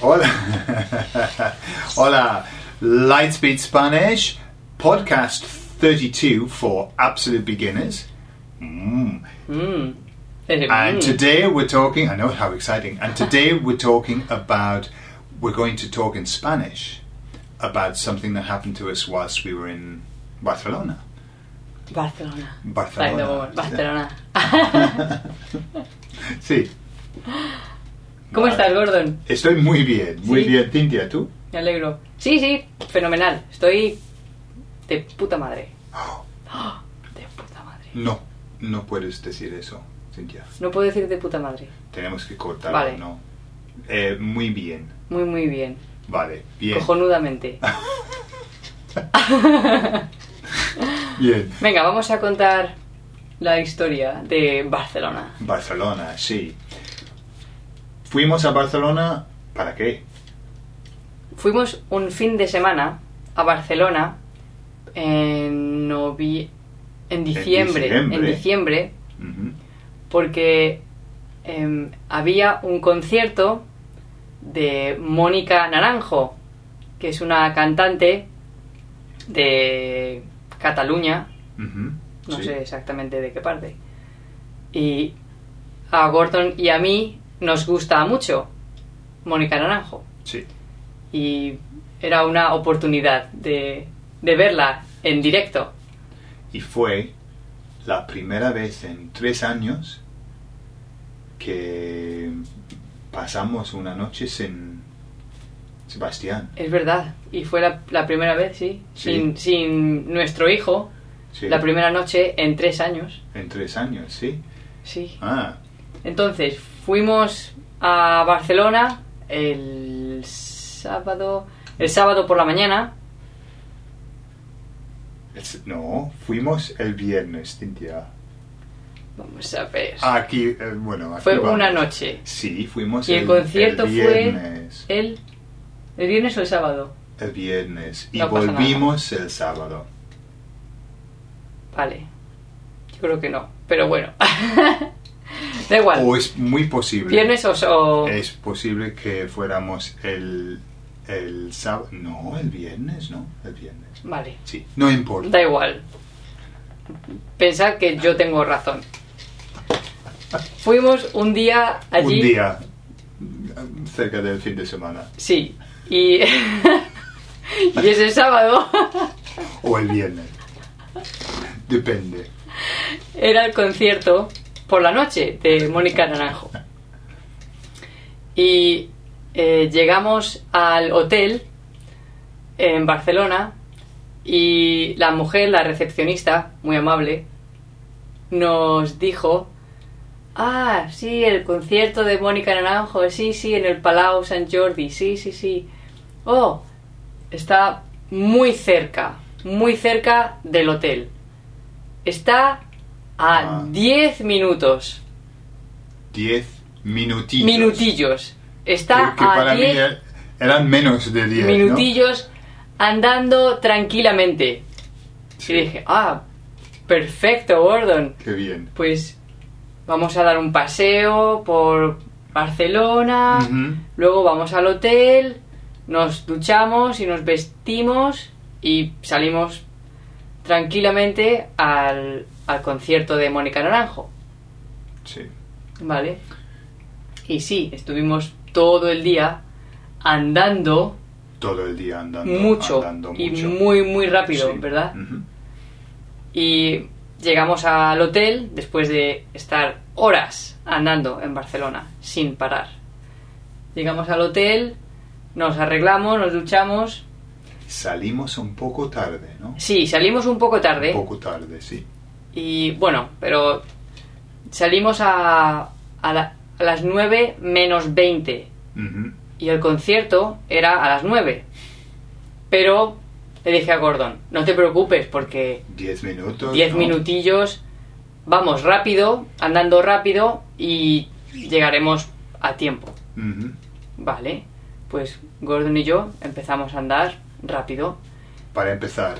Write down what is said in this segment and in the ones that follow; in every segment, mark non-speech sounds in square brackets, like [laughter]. Hola. [laughs] Hola. Lightspeed Spanish, podcast 32 for absolute beginners. Mm. Mm. Mm. And today we're talking, I know how exciting, and today [laughs] we're talking about, we're going to talk in Spanish about something that happened to us whilst we were in Barcelona. Barcelona. Like the Barcelona. word, Barcelona. [laughs] [laughs] sí. ¿Cómo estás, Gordon? Estoy muy bien, muy Sí. bien, Cintia, ¿tú? Me alegro. Sí, sí, fenomenal. Estoy de puta madre. De puta madre. No, no puedes decir eso, Cintia. No puedo decir de puta madre. Tenemos que cortar, Vale. ¿no? Eh, muy bien, Muy, muy bien. vale, bien. Cojonudamente. [laughs] Bien. Venga, vamos a contar la historia de Barcelona. Barcelona, sí. Fuimos a Barcelona, ¿para qué? Fuimos un fin de semana a Barcelona en, novie- en diciembre. diciembre. En diciembre Ujú. porque em, había un concierto de Mónica Naranjo, que es una cantante de Cataluña, Ujú. no Sí. sé exactamente de qué parte. Y a Gordon y a mí nos gusta mucho Mónica Naranjo. Sí. Y era una oportunidad de, de verla en directo. Y fue la primera vez en tres años que pasamos una noche sin Sebastián. Es verdad. Y fue la, la primera vez, sí, Sí. Sin, sin nuestro hijo, Sí. La primera noche en tres años. En tres años, sí. Sí. Ah, Entonces, fuimos a Barcelona el sábado. El sábado por la mañana. es- no, fuimos el viernes, Cintia. Vamos a ver. Aquí, eh, bueno, aquí Fue vamos. una noche. Sí, fuimos Y el concierto el viernes. fue el. ¿El viernes o el sábado? El viernes. Y No pasa nada. volvimos el sábado. Vale. Yo creo que no. Pero bueno. [laughs] da igual. O es muy posible. Viernes o. o- Es posible que fuéramos el, el sábado. No, el viernes, ¿no? El viernes. Vale. Sí, no importa. Da igual. Pensad que yo tengo razón. Fuimos un día allí. Un día. mm, Cerca del fin de semana. Sí, y, [laughs] y ese sábado [laughs] O el viernes. [laughs] Depende. era el concierto por la noche de Mónica Naranjo. Y eh, llegamos al hotel en Barcelona y la mujer, la recepcionista, muy amable, nos dijo, ah, sí, el concierto de Mónica Naranjo, sí, sí, en el Palau Sant Jordi, sí, sí, sí. Oh, está muy cerca, muy cerca del hotel. Está a Ah. 10 minutos, Diez minutillos. minutillos. Está Que- que a para mí 10 er- eran menos de diez. ¿no? minutillos andando tranquilamente. Sí, Y dije, ah, perfecto, Gordon. Qué bien. Pues vamos a dar un paseo por Barcelona, Ujú. luego vamos al hotel, nos duchamos y nos vestimos y salimos tranquilamente al, al concierto de Mónica Naranjo. Sí. Vale. Y sí, estuvimos todo el día andando Todo el día andando. mucho, andando y mucho. muy, muy rápido, Sí. ¿verdad? Ujú. Y llegamos al hotel después de estar horas andando en Barcelona, sin parar. Llegamos al hotel, nos arreglamos, nos duchamos. Salimos un poco tarde, ¿no? Sí, salimos un poco tarde. Un poco tarde, sí. Y bueno, pero salimos a, a la- a las 9 menos 20. Ujú. Y el concierto era a las 9. Pero le dije a Gordon, no te preocupes porque Diez minutos. 10 ¿no? minutillos, vamos rápido, andando rápido y llegaremos a tiempo. Ujú. Vale, pues Gordon y yo empezamos a andar rápido. Para empezar,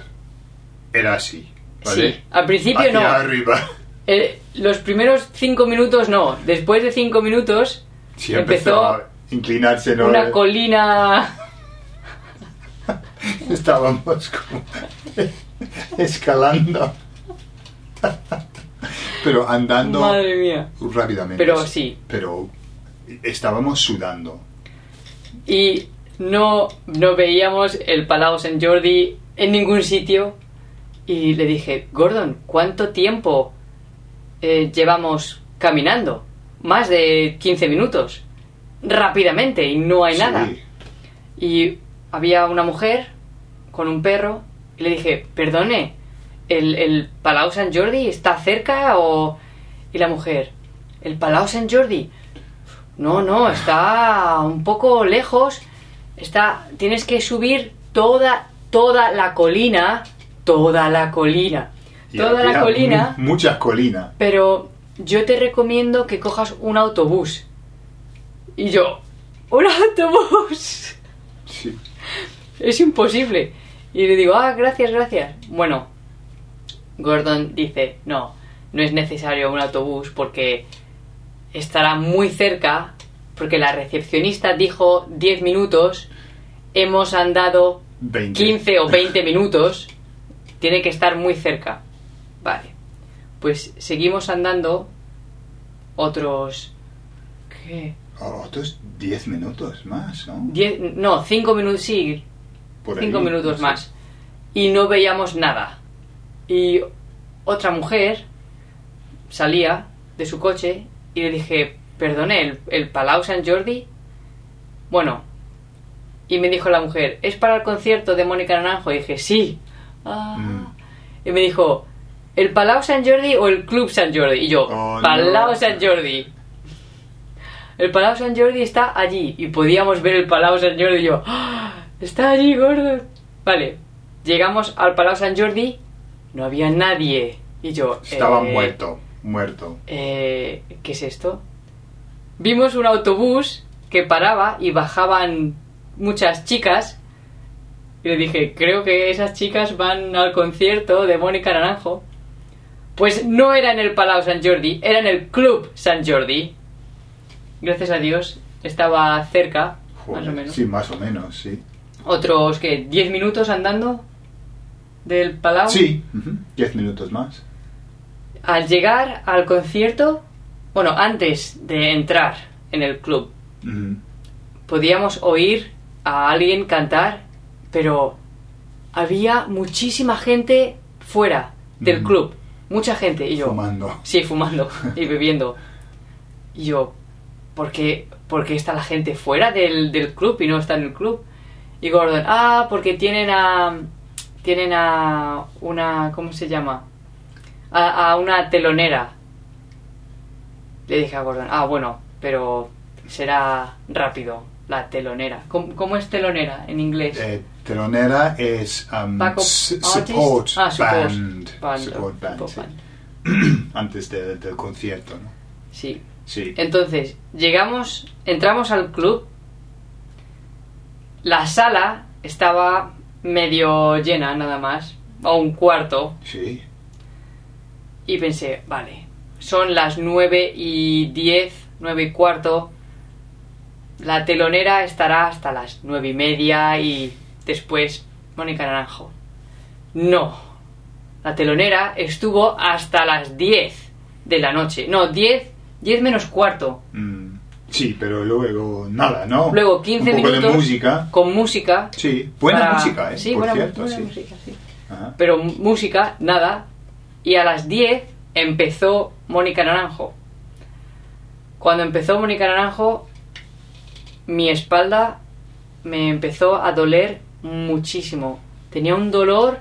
era así. Sí, ¿vale? al principio Hacia no. arriba. [laughs] Eh, los primeros 5 minutos no, después de 5 minutos Sí, empezó empezaba inclinarse, ¿no? eh. Una colina. [laughs] Estábamos como escalando. Pero andando Madre mía. rápidamente. Pero sí. Pero estábamos sudando. Y no, no veíamos el Palau San Jordi en ningún sitio. Y le dije, Gordon, ¿cuánto tiempo eh, llevamos caminando? Más de 15 minutos. Rápidamente y no hay Sí. nada. Y había una mujer con un perro y le dije, perdone, ¿el, el Palau San Jordi está cerca o...? Y la mujer, ¿el Palau San Jordi? No, no, está un poco lejos. Está, tienes que subir toda, toda la colina, toda la colina, Y toda la había colina. mu- Muchas colinas. Pero yo te recomiendo que cojas un autobús. Y yo, ¿un autobús? Sí. Es imposible. Y le digo, ah, gracias, gracias. Bueno, Gordon dice, no, no es necesario un autobús porque estará muy cerca, porque la recepcionista dijo 10 minutos, hemos andado 20. 15 o 20 minutos, tiene que estar muy cerca. Vale, pues seguimos andando otros... ¿Qué? Otros 10 minutos más, ¿no? 10, no, 5 minutos, sí, Por cinco ahí, minutos sí. más. Y no veíamos nada. Y otra mujer salía de su coche y le dije, perdone, ¿el, el Palau San Jordi? Bueno. Y me dijo la mujer, ¿es para el concierto de Mónica Naranjo? Y dije, sí. Ah. Mm. Y me dijo, ¿el Palau San Jordi o el Club San Jordi? Y yo, Oh, Palau no. San Jordi. El Palau San Jordi está allí y podíamos ver el Palau San Jordi y yo, "Ah, está allí, gordo. Vale, llegamos al Palau San Jordi, no había nadie y yo... Estaba "Eh, muerto, muerto. eh, ¿Qué es esto? Vimos un autobús que paraba y bajaban muchas chicas. Y le dije, creo que esas chicas van al concierto de Mónica Naranjo. Pues no era en el Palau San Jordi, era en el Club San Jordi. Gracias a Dios, estaba cerca, más Joder, o menos. Sí, más o menos, sí. Otros que 10 minutos andando del Palau. Sí, ujú, 10 minutos más. Al llegar al concierto, bueno, antes de entrar en el club, Ujú. podíamos oír a alguien cantar, pero había muchísima gente fuera del Mm. club. Mucha gente. Y yo. Fumando. Sí, fumando y bebiendo. Y yo, ¿por qué, por qué está la gente fuera del, del club y no está en el club? Y Gordon, ah, porque tienen a. Tienen a. Una. ¿Cómo se llama? A, a una telonera. Le dije a Gordon, ah, bueno, pero será rápido, la telonera. ¿Cómo, cómo es telonera en inglés? Eh, telonera es um, Backup s- artist? support, Ah, support band. band, Support band, support sí. band. [clears throat] Antes de- del concierto, ¿no? Sí, Sí. Entonces, llegamos, entramos al club. La sala estaba medio llena nada más, o un cuarto, Sí. y pensé, vale, son las nueve y diez, nueve y cuarto. La telonera estará hasta las nueve y media y después Mónica Naranjo. No, la telonera estuvo hasta las 10 de la noche. No, 10, 10 menos cuarto. Mm, sí, pero luego nada, ¿no? Luego 15 Un poco minutos de música. con música. Sí, buena para- música, ¿eh? Sí, Por buena, cierto, buena sí. música, sí. Ajá. Pero m- música, nada. Y a las 10 empezó Mónica Naranjo. Cuando empezó Mónica Naranjo, mi espalda me empezó a doler muchísimo. Tenía un dolor...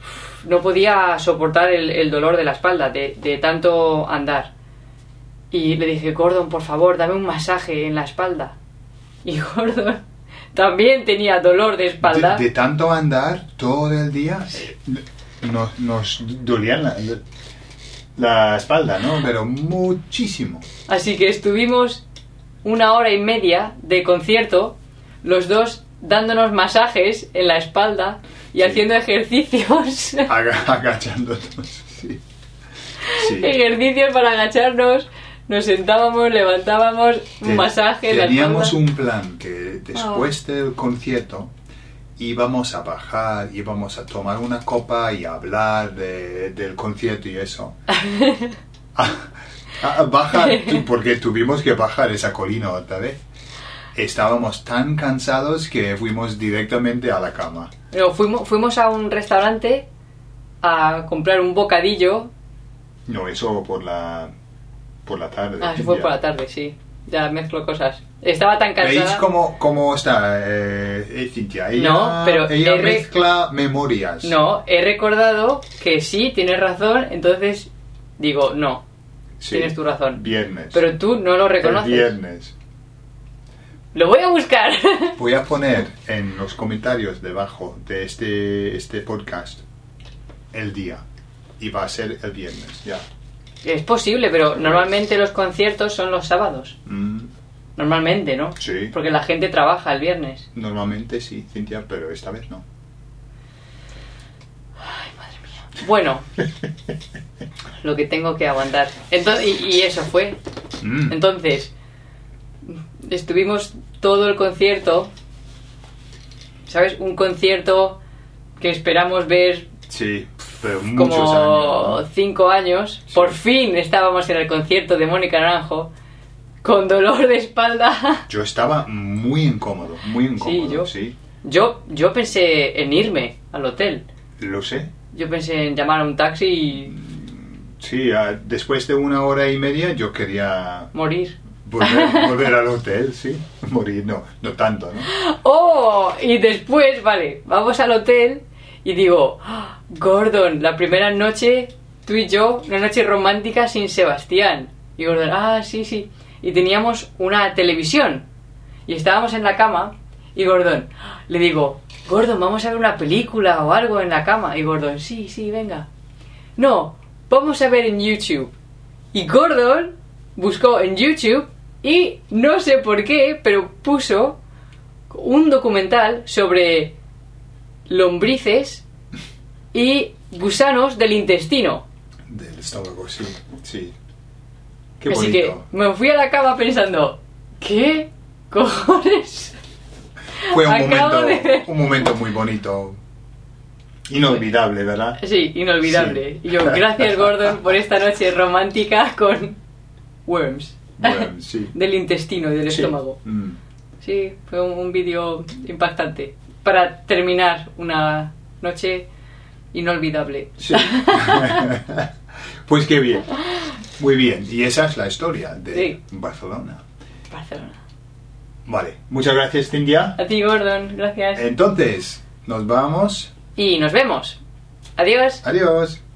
uf, No podía soportar el, el dolor de la espalda, de, de tanto andar. Y le dije, Gordon, por favor, dame un masaje en la espalda. [laughs] Y Gordon también tenía dolor de espalda. De, de tanto andar todo el día, eh, nos, nos dolía la, la espalda, ¿no? Pero [laughs] muchísimo. Así que estuvimos una hora y media de concierto, los dos dándonos masajes en la espalda y Sí. haciendo ejercicios. [laughs] Aga- agachándonos. Sí. Sí. ejercicios para agacharnos, Nos sentábamos, levantábamos, un Te- masaje, la Teníamos espalda. Ah. un plan que después del concierto íbamos a bajar, íbamos a tomar una copa y a hablar de- del concierto y [laughs] eso. Ah, ah, Baja, tu- porque tuvimos que bajar esa colina otra vez. Estábamos tan cansados que fuimos directamente a la cama. No, fuimos, fuimos a un restaurante a comprar un bocadillo. No, eso por la, por la tarde. Ah, eso fue ya. por la tarde, sí. Ya mezclo cosas. Estaba tan ¿Veis cansada. cómo, cómo está eh, eh, Cintia? Ella, No, pero ella R- mezcla memorias. No, he recordado que sí, tienes razón, entonces digo, no. Sí, Tienes tu razón. Viernes. Pero tú no lo reconoces. El viernes. Lo voy a buscar. [laughs] Voy a poner en los comentarios debajo de este, este podcast el día. Y va a ser el viernes, ya. es posible, pero normalmente los conciertos son los sábados. Mm, Normalmente, ¿no? sí. Porque la gente trabaja el viernes. Normalmente sí, Cintia, pero esta vez no. Bueno, lo que tengo que aguantar. Entonces, y, y eso fue. Mm, Entonces, estuvimos todo el concierto. ¿Sabes? Un concierto que esperamos ver sí, pero muchos como años. ¿no? cinco años. Sí. Por fin estábamos en el concierto de Mónica Naranjo con dolor de espalda. [laughs] Yo estaba muy incómodo, muy incómodo. yo. sí. Yo, yo pensé en irme al hotel. Lo sé. Yo pensé en llamar a un taxi y Sí, ah, después de una hora y media yo quería morir. [laughs] volver, volver al hotel, sí. Morir, no, no tanto, ¿no? ¡Oh! Y después, vale, vamos al hotel y digo, "Ah, Gordon, la primera noche, tú y yo, una noche romántica sin Sebastián. Y Gordon, ah, sí, sí. Y teníamos una televisión. Y estábamos en la cama y Gordon, "Ah", le digo, Gordon, vamos a ver una película o algo en la cama. Y Gordon, sí, sí, venga. No, vamos a ver en YouTube. Y Gordon buscó en YouTube y no sé por qué, pero puso un documental sobre lombrices y gusanos del intestino. Del estómago, sí. Sí. Qué Así que bonito. me fui a la cama pensando, ¿qué cojones? Fue un acabo momento, de- un momento muy bonito. Inolvidable, ¿verdad? Sí, inolvidable. Sí. Y yo, gracias Gordon por esta noche romántica con worms. Bueno, sí. del intestino y del Sí. estómago. Mm. Sí, fue un, un vídeo impactante para terminar una noche inolvidable. Sí. [laughs] pues qué bien. Muy bien. Y esa es la historia de Barcelona. Barcelona. Vale. Muchas gracias, Cintia. A ti, Gordon, gracias. Entonces, nos vamos. Y nos vemos. Adiós. Adiós.